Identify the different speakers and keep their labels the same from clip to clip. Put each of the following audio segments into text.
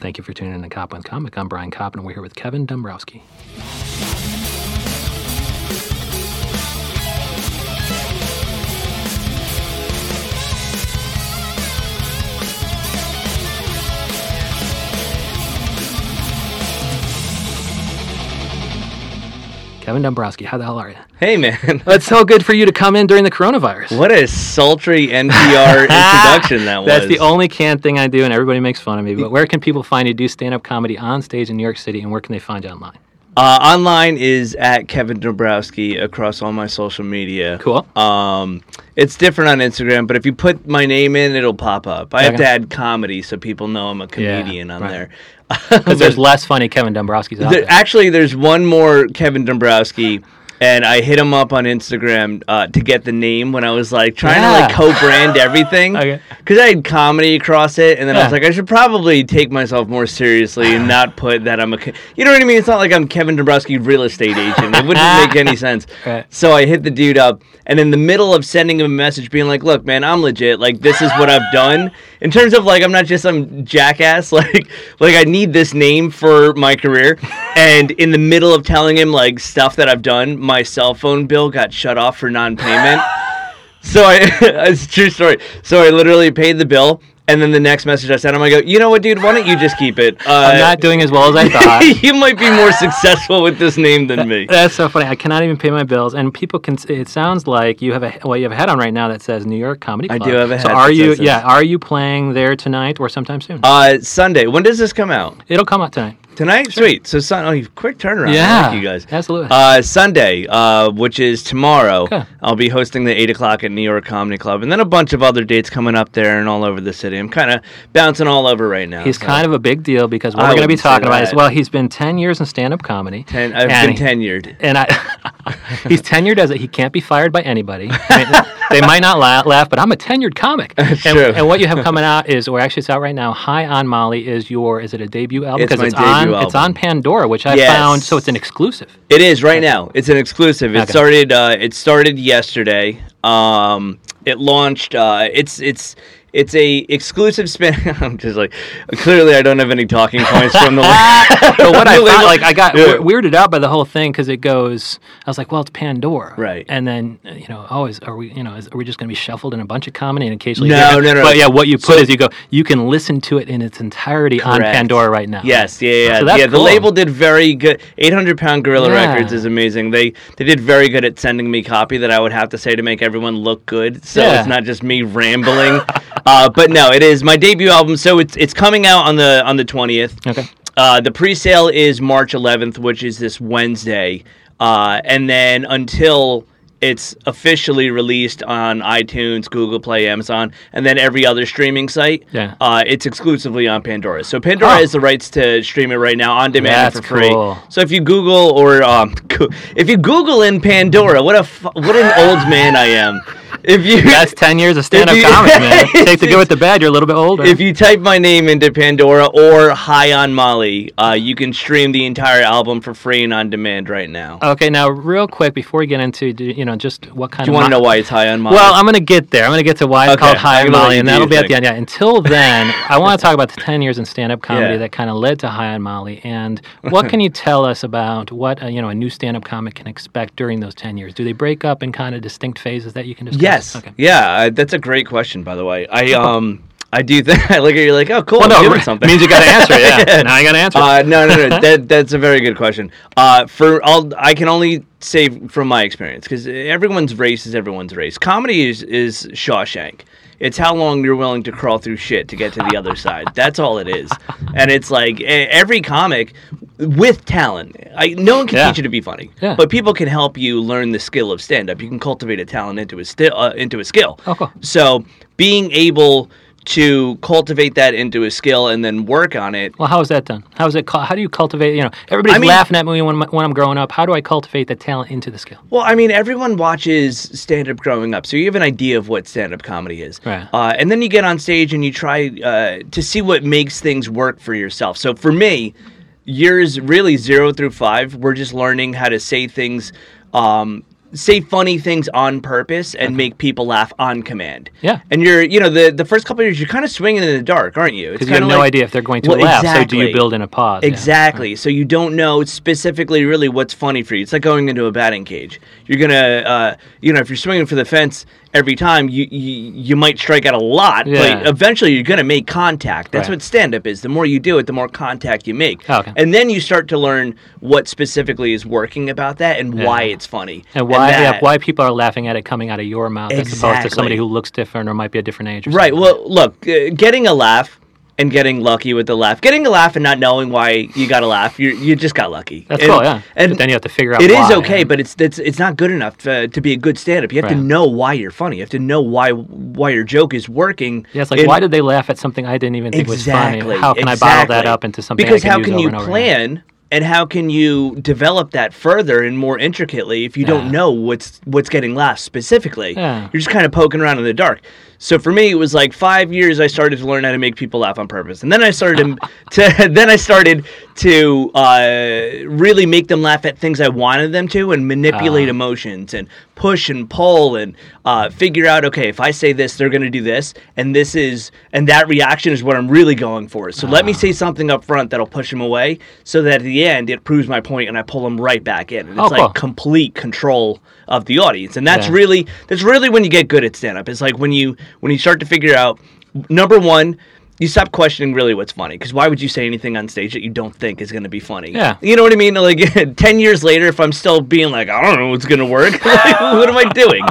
Speaker 1: Thank you for tuning in to Cop with Comic. I'm Brian Kopp, and we're here with Kevin Dombrowski. Kevin Dombrowski, how the hell are you?
Speaker 2: Hey, man.
Speaker 1: It's so good for you to come in during the coronavirus.
Speaker 2: What a sultry NPR introduction that was.
Speaker 1: That's the only canned thing I do, and everybody makes fun of me. But where can people find you do stand up comedy on stage in New York City, and where can they find you online?
Speaker 2: Uh, online is at Kevin Dombrowski across all my social media.
Speaker 1: Cool.
Speaker 2: Um, it's different on Instagram, but if you put my name in, it'll pop up. I have
Speaker 1: Okay.
Speaker 2: to add comedy so people know I'm a comedian on
Speaker 1: right.
Speaker 2: there.
Speaker 1: Because there's less funny Kevin Dombrowski's out
Speaker 2: There- uh,
Speaker 1: there.
Speaker 2: actually, there's one more Kevin Dombrowski, and I hit him up on Instagram uh, to get the name when I was like trying to like
Speaker 1: Yeah.
Speaker 2: co-brand everything
Speaker 1: Okay.
Speaker 2: because I had comedy across it, and then I was
Speaker 1: Yeah.
Speaker 2: like, I should probably take myself more seriously and not put that I'm a, Ke- you know what I mean? It's not like I'm Kevin Dombrowski real estate agent. It wouldn't make any sense.
Speaker 1: Right.
Speaker 2: So I hit the dude up, and in the middle of sending him a message, being like, "Look, man, I'm legit. Like, this is what I've done in terms of like, I'm not just some jackass. Like, like I need this name for my career." And in the middle of telling him like stuff that I've done, my cell phone bill got shut off for non-payment. So I, it's a true story. So I literally paid the bill, and then the next message I sent him, I go, "You know what, dude? Why don't you just keep it? Uh,
Speaker 1: I'm not doing as well as I thought.
Speaker 2: you might be more successful with this name than me."
Speaker 1: That's so funny. I cannot even pay my bills, and people can. It sounds like you have a well, you have a hat on right now that says New York Comedy
Speaker 2: I
Speaker 1: Club.
Speaker 2: do have a
Speaker 1: So
Speaker 2: hat
Speaker 1: are
Speaker 2: that
Speaker 1: you?
Speaker 2: says this.
Speaker 1: Yeah, are you playing there tonight or sometime soon?
Speaker 2: Uh, Sunday. When does this come out?
Speaker 1: It'll come out tonight.
Speaker 2: Tonight? Sweet. So Sun. Oh, you- quick turnaround.
Speaker 1: Yeah,
Speaker 2: I like you guys.
Speaker 1: absolutely.
Speaker 2: Uh, Sunday, uh, which is tomorrow,
Speaker 1: Okay.
Speaker 2: I'll be hosting the 8 o'clock at New York Comedy Club, and then a bunch of other dates coming up there and all over the city. I'm kind of bouncing all over right now.
Speaker 1: He's kind of a big deal because what
Speaker 2: uh, I
Speaker 1: we're going to be
Speaker 2: wouldn't say
Speaker 1: talking about is
Speaker 2: that.
Speaker 1: well, he's been ten years in stand up comedy.
Speaker 2: Ten, I've
Speaker 1: and
Speaker 2: been tenured.
Speaker 1: and I, he's tenured as a, he can't be fired by anybody. I mean, they might not laugh, laugh, but I'm a tenured comic. And,
Speaker 2: true.
Speaker 1: and what you have coming out is, or actually, it's out right now. High on Molly is your is it a debut album?
Speaker 2: It's my
Speaker 1: it's on
Speaker 2: debut
Speaker 1: it's on
Speaker 2: album.
Speaker 1: Pandora, which I
Speaker 2: Yes.
Speaker 1: found. So it's an exclusive.
Speaker 2: It is right now. It's an exclusive. It
Speaker 1: Okay.
Speaker 2: started. Uh, it started yesterday. Um, it launched. Uh, it's it's it's a exclusive spin. I'm just like clearly I don't have any talking points from the.
Speaker 1: but what I
Speaker 2: Really,
Speaker 1: thought,
Speaker 2: what-
Speaker 1: like, I got
Speaker 2: Yeah.
Speaker 1: weir- weirded out by the whole thing because it goes. I was like, well, it's Pandora,
Speaker 2: Right.
Speaker 1: And then uh, you know, oh, is, are we, you know, is, are we just going to be shuffled in a bunch of comedy and occasionally?
Speaker 2: No,
Speaker 1: hear it?
Speaker 2: no, no.
Speaker 1: But yeah, what you put is you go, you can listen to it in its entirety on
Speaker 2: Correct.
Speaker 1: Pandora right now.
Speaker 2: Yes, yeah, yeah,
Speaker 1: So
Speaker 2: yeah.
Speaker 1: that's
Speaker 2: yeah the
Speaker 1: cool.
Speaker 2: label did very good. Eight hundred pound gorilla
Speaker 1: Yeah.
Speaker 2: records is amazing. They they did very good at sending me copy that I would have to say to make everyone look good, so
Speaker 1: Yeah.
Speaker 2: it's not just me rambling. uh, but no, it is my debut album, so it's it's coming out on the on the twentieth.
Speaker 1: Okay.
Speaker 2: Uh, the pre-sale is March 11th, which is this Wednesday, uh, and then until it's officially released on iTunes, Google Play, Amazon, and then every other streaming site.
Speaker 1: Yeah.
Speaker 2: Uh, it's exclusively on Pandora. So Pandora
Speaker 1: Oh.
Speaker 2: has the rights to stream it right now on demand
Speaker 1: That's
Speaker 2: for free.
Speaker 1: cool.
Speaker 2: So if you Google or um, go- if you Google in Pandora, what a fu- what an old man I am. If you
Speaker 1: That's ten years of stand-up
Speaker 2: you-
Speaker 1: comedy, man. Take the good with the bad. You're a little bit older.
Speaker 2: if you type my name into Pandora or High on Molly, uh, you can stream the entire album for free and on demand right now.
Speaker 1: okay, now real quick before we get into do- you know just what kind
Speaker 2: Do you
Speaker 1: of
Speaker 2: want to
Speaker 1: mo-
Speaker 2: know why it's High on Molly?
Speaker 1: Well, uh, I'm going to get there. I'm going to get to why it's
Speaker 2: Okay,
Speaker 1: called High
Speaker 2: I'm
Speaker 1: on
Speaker 2: gonna let
Speaker 1: Molly,
Speaker 2: you
Speaker 1: and
Speaker 2: do
Speaker 1: that'll
Speaker 2: your
Speaker 1: be at the
Speaker 2: thing.
Speaker 1: end. Yeah. Until then, I want to talk about the 10 years in stand-up comedy
Speaker 2: Yeah.
Speaker 1: that kind of led to High on Molly, and what can you tell us about what a, you know a new stand-up comic can expect during those 10 years? Do they break up in kind of distinct phases that you can discuss?
Speaker 2: yes.
Speaker 1: Okay.
Speaker 2: Yeah, I, that's a great question, by the way. I um, I do think I look at you like, oh, cool.
Speaker 1: Well,
Speaker 2: I'm
Speaker 1: no,
Speaker 2: doing
Speaker 1: it
Speaker 2: something.
Speaker 1: means you got to answer it. Yeah. Now I got to answer. it.
Speaker 2: Uh, no, no, no. that that's a very good question. Uh, for I'll, I can only say from my experience because everyone's race is everyone's race. Comedy is is Shawshank. It's how long you're willing to crawl through shit to get to the other side. That's all it is. And it's like e- every comic with talent. I, no one can
Speaker 1: Yeah.
Speaker 2: teach you to be funny,
Speaker 1: Yeah.
Speaker 2: but people can help you learn the skill of stand up. You can cultivate a talent into a sti- uh, into a skill.
Speaker 1: Oh, cool.
Speaker 2: So being able to cultivate that into a skill and then work on it
Speaker 1: Well, how is that done? How is it? cul- How do you cultivate? You know, everybody's
Speaker 2: I mean-
Speaker 1: laughing at me when, I'm- when I'm growing up. How do I cultivate the talent into the skill?
Speaker 2: Well, I mean, everyone watches stand up growing up, so you have an idea of what stand up comedy is.
Speaker 1: Right.
Speaker 2: Uh, and then you get on stage and you try uh, to see what makes things work for yourself. So for me, years really zero through five, we're just learning how to say things. Um, say funny things on purpose and make people laugh on command.
Speaker 1: Yeah.
Speaker 2: And you're, you know, the the first couple of years, you're kind of swinging in the dark, aren't you? It's
Speaker 1: Because you have
Speaker 2: kinda
Speaker 1: no
Speaker 2: like-
Speaker 1: idea if they're going to
Speaker 2: Well,
Speaker 1: laugh. So do you
Speaker 2: exactly.
Speaker 1: build in a pause? Yeah.
Speaker 2: Exactly. So you don't know specifically really what's funny for you. It's like going into a batting cage. You're gonna, uh, you know, if you're swinging for the fence every time, you you, you might strike out a lot,
Speaker 1: Yeah.
Speaker 2: but eventually you're gonna make contact. That's
Speaker 1: Right. Oh,
Speaker 2: what stand up is. The more you do it, the more contact you make.
Speaker 1: Okay.
Speaker 2: And then you start to learn what specifically is working about that and why
Speaker 1: Yeah.
Speaker 2: it's funny.
Speaker 1: And why yeah,
Speaker 2: that-
Speaker 1: why people are laughing at it coming out of your mouth as opposed to somebody
Speaker 2: Exactly.
Speaker 1: who looks different or might be a different age. Or
Speaker 2: Right.
Speaker 1: something.
Speaker 2: Well, look, uh, getting a laugh and getting lucky with the laugh, getting a laugh and not knowing why you got a laugh, you you just got lucky.
Speaker 1: that's
Speaker 2: and,
Speaker 1: cool. Yeah.
Speaker 2: And
Speaker 1: but then you have to figure out.
Speaker 2: it is
Speaker 1: why,
Speaker 2: okay,
Speaker 1: and-
Speaker 2: but it's it's it's not good enough to, to be a good stand-up. You have to
Speaker 1: Right.
Speaker 2: know why you're funny. You have to know why why your joke is working.
Speaker 1: yeah, it's like
Speaker 2: And-
Speaker 1: why did they laugh at something I didn't even think was
Speaker 2: exactly?
Speaker 1: funny? How can I bottle that
Speaker 2: exactly.
Speaker 1: up into something? I
Speaker 2: Because
Speaker 1: can
Speaker 2: how
Speaker 1: use
Speaker 2: can
Speaker 1: over
Speaker 2: you
Speaker 1: and over again?
Speaker 2: plan? And how can you develop that further and more intricately if you don't
Speaker 1: Yeah.
Speaker 2: know what's what's getting laughs specifically?
Speaker 1: Yeah.
Speaker 2: You're just kind of poking around in the dark. So for me, it was like five years. I started to learn how to make people laugh on purpose, and then I started to then I started to uh, really make them laugh at things I wanted them to, and manipulate
Speaker 1: Ah.
Speaker 2: emotions, and push and pull, and uh, figure out okay, if I say this, they're going to do this, and this is and that reaction is what I'm really going for. So
Speaker 1: Ah.
Speaker 2: let me say something up front that'll push them away, so that at the end it proves my point, and I pull them right back in. And it's
Speaker 1: Oh,
Speaker 2: like
Speaker 1: cool.
Speaker 2: complete control of the audience, and that's
Speaker 1: Yeah.
Speaker 2: really really that's really when you get good at stand up. It's like when you when you start to figure out number one, you stop questioning really what's funny because why would you say anything on stage that you don't think is going to be funny?
Speaker 1: Yeah.
Speaker 2: you know what I mean. Like ten years later, if I'm still being like I don't know what's going to work, like, what am I doing?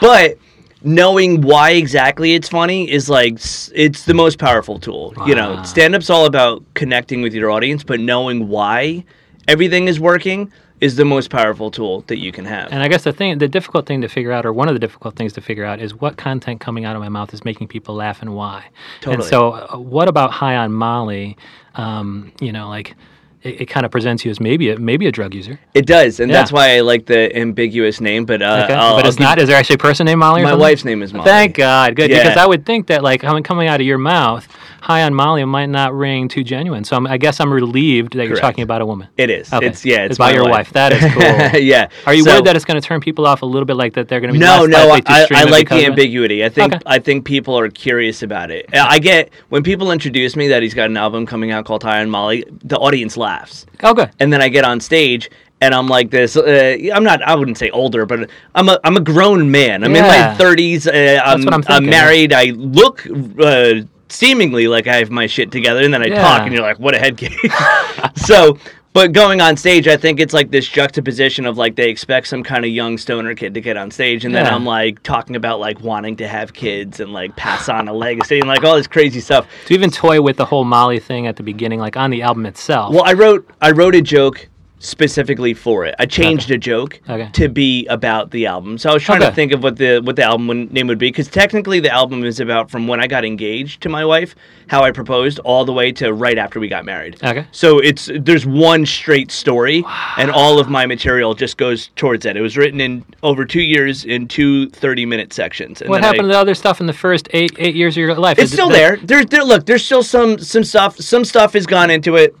Speaker 2: But knowing why exactly it's funny is like s- it's the most powerful tool. You know,
Speaker 1: Wow.
Speaker 2: stand up's Uh, all about connecting with your audience, but knowing why everything is working is the most powerful tool that you can have.
Speaker 1: And I guess the thing, the difficult thing to figure out, or one of the difficult things to figure out, is what content coming out of my mouth is making people laugh and why. And
Speaker 2: Totally.
Speaker 1: so, uh, what about High on Molly? Um, you know, like it, it kind of presents you as maybe a, maybe a drug user,
Speaker 2: It does, and
Speaker 1: Yeah.
Speaker 2: that's why I like the ambiguous name. But uh,
Speaker 1: okay?
Speaker 2: I'll-
Speaker 1: but
Speaker 2: I'll
Speaker 1: it's
Speaker 2: give-
Speaker 1: not. Is there actually a person named Molly? or
Speaker 2: My
Speaker 1: something?
Speaker 2: wife's name is Molly.
Speaker 1: Thank God, good because
Speaker 2: Yeah.
Speaker 1: I would think that like coming coming out of your mouth, High on Molly might not ring too genuine. So I'm, I guess I'm relieved that you're
Speaker 2: Correct.
Speaker 1: talking about a woman.
Speaker 2: It is.
Speaker 1: Okay.
Speaker 2: It's yeah. It's,
Speaker 1: It's by
Speaker 2: my
Speaker 1: your wife. That is cool.
Speaker 2: yeah.
Speaker 1: Are you
Speaker 2: So-
Speaker 1: worried that it's going to turn people off a little bit, like that they're going to be
Speaker 2: No,
Speaker 1: less
Speaker 2: no.
Speaker 1: likely
Speaker 2: I,
Speaker 1: to
Speaker 2: I
Speaker 1: stream it
Speaker 2: like the
Speaker 1: because of it?
Speaker 2: ambiguity. I think
Speaker 1: Okay.
Speaker 2: I think people are curious about it. Uh, I get when people introduce me that he's got an album coming out called High on Molly. The audience laughs,
Speaker 1: Oh, good.
Speaker 2: and then I get on stage. And I'm like this. Uh, I'm not. I wouldn't say older, but I'm a. I'm a grown man. I'm in
Speaker 1: Yeah.
Speaker 2: my 30s. Uh, I'm,
Speaker 1: what I'm thinking.
Speaker 2: married. I look uh, seemingly like I have my shit together, and then I
Speaker 1: Yeah.
Speaker 2: talk, and you're like, "What a head case." so, but going on stage, I think it's like this juxtaposition of like they expect some kind of young stoner kid to get on stage, and then
Speaker 1: Yeah.
Speaker 2: I'm like talking about like wanting to have kids and like pass on a legacy and like all this crazy stuff.
Speaker 1: To even toy with the whole Molly thing at the beginning, like on the album itself.
Speaker 2: Well, I wrote I wrote a joke specifically for it. I changed a joke
Speaker 1: Okay.
Speaker 2: to be about the album. So I was trying to
Speaker 1: Okay.
Speaker 2: think of what the what the album would- name would be because technically the album is about from when I got engaged to my wife, how I proposed, all the way to right after we got married.
Speaker 1: Okay.
Speaker 2: So it's there's one straight story, and all of my material just goes towards that. It was written in over two years in two 30 minute sections. And
Speaker 1: what
Speaker 2: then I-
Speaker 1: happened to the other stuff in the first eight eight years of your life?
Speaker 2: it's
Speaker 1: Is it-
Speaker 2: still
Speaker 1: that-
Speaker 2: there. There's there. Look, there's still some some stuff. Some stuff has gone into it,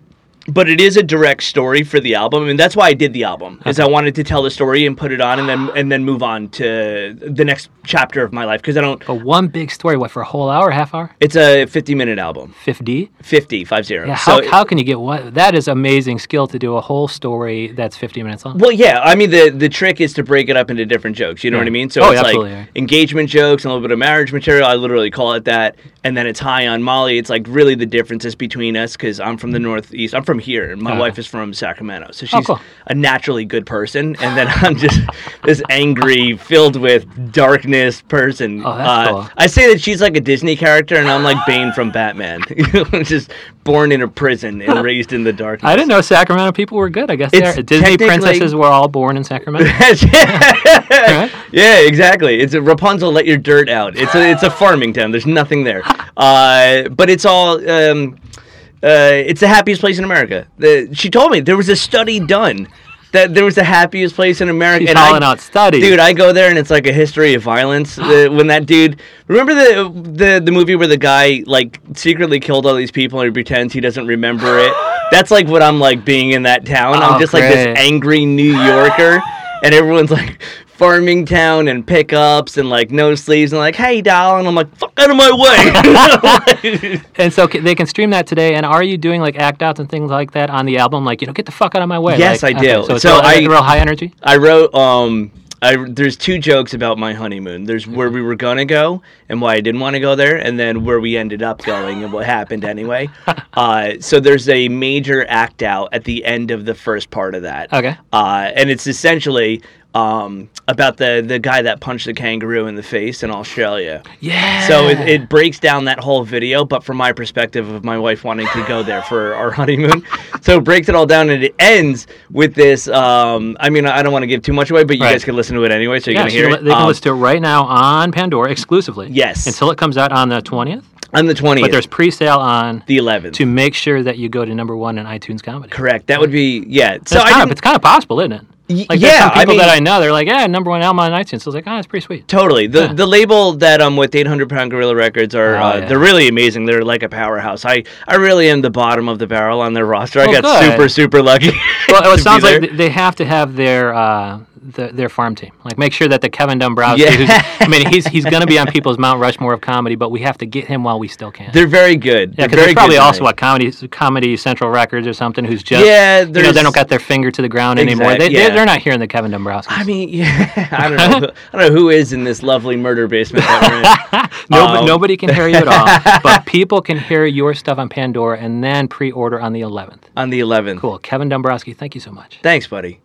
Speaker 2: but it is a direct story for the album, and that's why I did the album. Is I wanted to tell the story and put it on, and then and then move on to the next chapter of my life because I don't.
Speaker 1: But one big story, what, for a whole hour, half hour?
Speaker 2: It's a 50 minute album,
Speaker 1: 50?
Speaker 2: 50 five zero.
Speaker 1: Yeah,
Speaker 2: so
Speaker 1: how, how can you get what? That is amazing skill to do a whole story that's 50 minutes long.
Speaker 2: Well, yeah. I mean, the the trick is to break it up into different jokes. You know
Speaker 1: Yeah.
Speaker 2: what I mean? So
Speaker 1: Oh,
Speaker 2: it's
Speaker 1: absolutely, yeah.
Speaker 2: like engagement jokes and a little bit of marriage material. I literally call it that. And then it's high on Molly. It's like really the differences between us because I'm from the Northeast. I'm from here, and my
Speaker 1: Okay.
Speaker 2: wife is from Sacramento. So she's
Speaker 1: Mm. Uh-huh. Oh, cool.
Speaker 2: a naturally good person, and then I'm just this angry, filled with darkness person.
Speaker 1: Oh, that's
Speaker 2: Uh,
Speaker 1: cool.
Speaker 2: I say that she's like a Disney character, and I'm like Bane from Batman. just born in a prison and raised in the darkness.
Speaker 1: I didn't know Sacramento people were good. I guess
Speaker 2: It's
Speaker 1: they are. Disney
Speaker 2: technically-
Speaker 1: princesses were all born in Sacramento.
Speaker 2: yeah.
Speaker 1: Right?
Speaker 2: yeah, exactly. It's a Rapunzel. Let your dirt out. It's a it's a farming town. There's nothing there, uh, but it's all. Um, uh, it's the happiest place in America. The, she told me there was a study done that there was the happiest place in America.
Speaker 1: She's
Speaker 2: and I-
Speaker 1: calling out studies.
Speaker 2: Dude, I go there and it's like a history of violence. The- when that dude, remember the the the movie where the guy like secretly killed all these people and he pretends he doesn't remember it. That's like what I'm like being in that town. I'm
Speaker 1: Oh,
Speaker 2: just like this
Speaker 1: great.
Speaker 2: angry New Yorker, and everyone's like farming town and pickups and like no sleeves and like, hey, doll. And I'm like, fuck out of my way.
Speaker 1: And so ca- they can stream that today. And are you doing like act outs and things like that on the album? Like, you know, get the fuck out of my way.
Speaker 2: Yes,
Speaker 1: like,
Speaker 2: I do.
Speaker 1: okay, so it's
Speaker 2: So
Speaker 1: real,
Speaker 2: I-
Speaker 1: real high energy.
Speaker 2: I wrote um I there's two jokes about my honeymoon. There's where we were gonna go and why I didn't want to go there, and then where we ended up going and what happened anyway. Uh, so there's a major act out at the end of the first part of that.
Speaker 1: Okay.
Speaker 2: Uh, and it's essentially um, about the the guy that punched the kangaroo in the face in Australia.
Speaker 1: Yeah.
Speaker 2: So it, it breaks down that whole video, but from my perspective of my wife wanting to go there for our honeymoon. so it breaks it all down and it ends with this. Um, I mean, I don't want to give too much away, but you
Speaker 1: Right.
Speaker 2: guys can listen to it anyway, so you're
Speaker 1: yeah,
Speaker 2: going
Speaker 1: so
Speaker 2: to hear
Speaker 1: you-
Speaker 2: it.
Speaker 1: they can
Speaker 2: Um,
Speaker 1: listen to it right now on Pandora exclusively.
Speaker 2: Yes.
Speaker 1: Until it comes out on the 20th.
Speaker 2: on the 20th,
Speaker 1: But there's pre sale on
Speaker 2: the 11th.
Speaker 1: to make sure that you go to number one in iTunes comedy.
Speaker 2: Correct. That would be, yeah. So
Speaker 1: That's
Speaker 2: I
Speaker 1: kind of,
Speaker 2: didn't-
Speaker 1: it's kind of possible, isn't it?
Speaker 2: Y-
Speaker 1: Like there's
Speaker 2: yeah,
Speaker 1: some
Speaker 2: I
Speaker 1: people that
Speaker 2: mean-
Speaker 1: I know, they're like, yeah, number one album on iTunes. So I was like, oh, that's pretty sweet.
Speaker 2: Totally. The the label that um with 800 pound gorilla records are
Speaker 1: Oh,
Speaker 2: uh,
Speaker 1: yeah.
Speaker 2: they're really amazing. They're like a powerhouse. I I really am the bottom of the barrel on their roster. I
Speaker 1: Oh,
Speaker 2: got
Speaker 1: good.
Speaker 2: super super lucky.
Speaker 1: Well,
Speaker 2: to
Speaker 1: it
Speaker 2: be
Speaker 1: sounds
Speaker 2: there.
Speaker 1: like th- they have to have their uh, the, their farm team. Like, make sure that the Kevin Dombrowski.
Speaker 2: Yeah.
Speaker 1: who's- I mean, he's he's going to be on people's Mount Rushmore of comedy, but we have to get him while we still can.
Speaker 2: they're very good.
Speaker 1: yeah,
Speaker 2: They're
Speaker 1: because
Speaker 2: very
Speaker 1: there's probably
Speaker 2: good
Speaker 1: also
Speaker 2: tonight.
Speaker 1: what comedy Comedy Central Records or something who's just
Speaker 2: Yeah,
Speaker 1: you know
Speaker 2: there's-
Speaker 1: they don't got their finger to the ground anymore.
Speaker 2: Exact-
Speaker 1: They,
Speaker 2: yeah.
Speaker 1: they they're not hearing the Kevin Dombrowski.
Speaker 2: I mean, yeah, I don't know. who- I don't know who is in this lovely murder basement that we're in.
Speaker 1: Nobody,
Speaker 2: Um,
Speaker 1: nobody can hear you at all, but people can hear your stuff on Pandora and then pre-order on the 11th.
Speaker 2: on the 11th.
Speaker 1: Cool, Kevin Dombrowski, thank you so much.
Speaker 2: Thanks, buddy.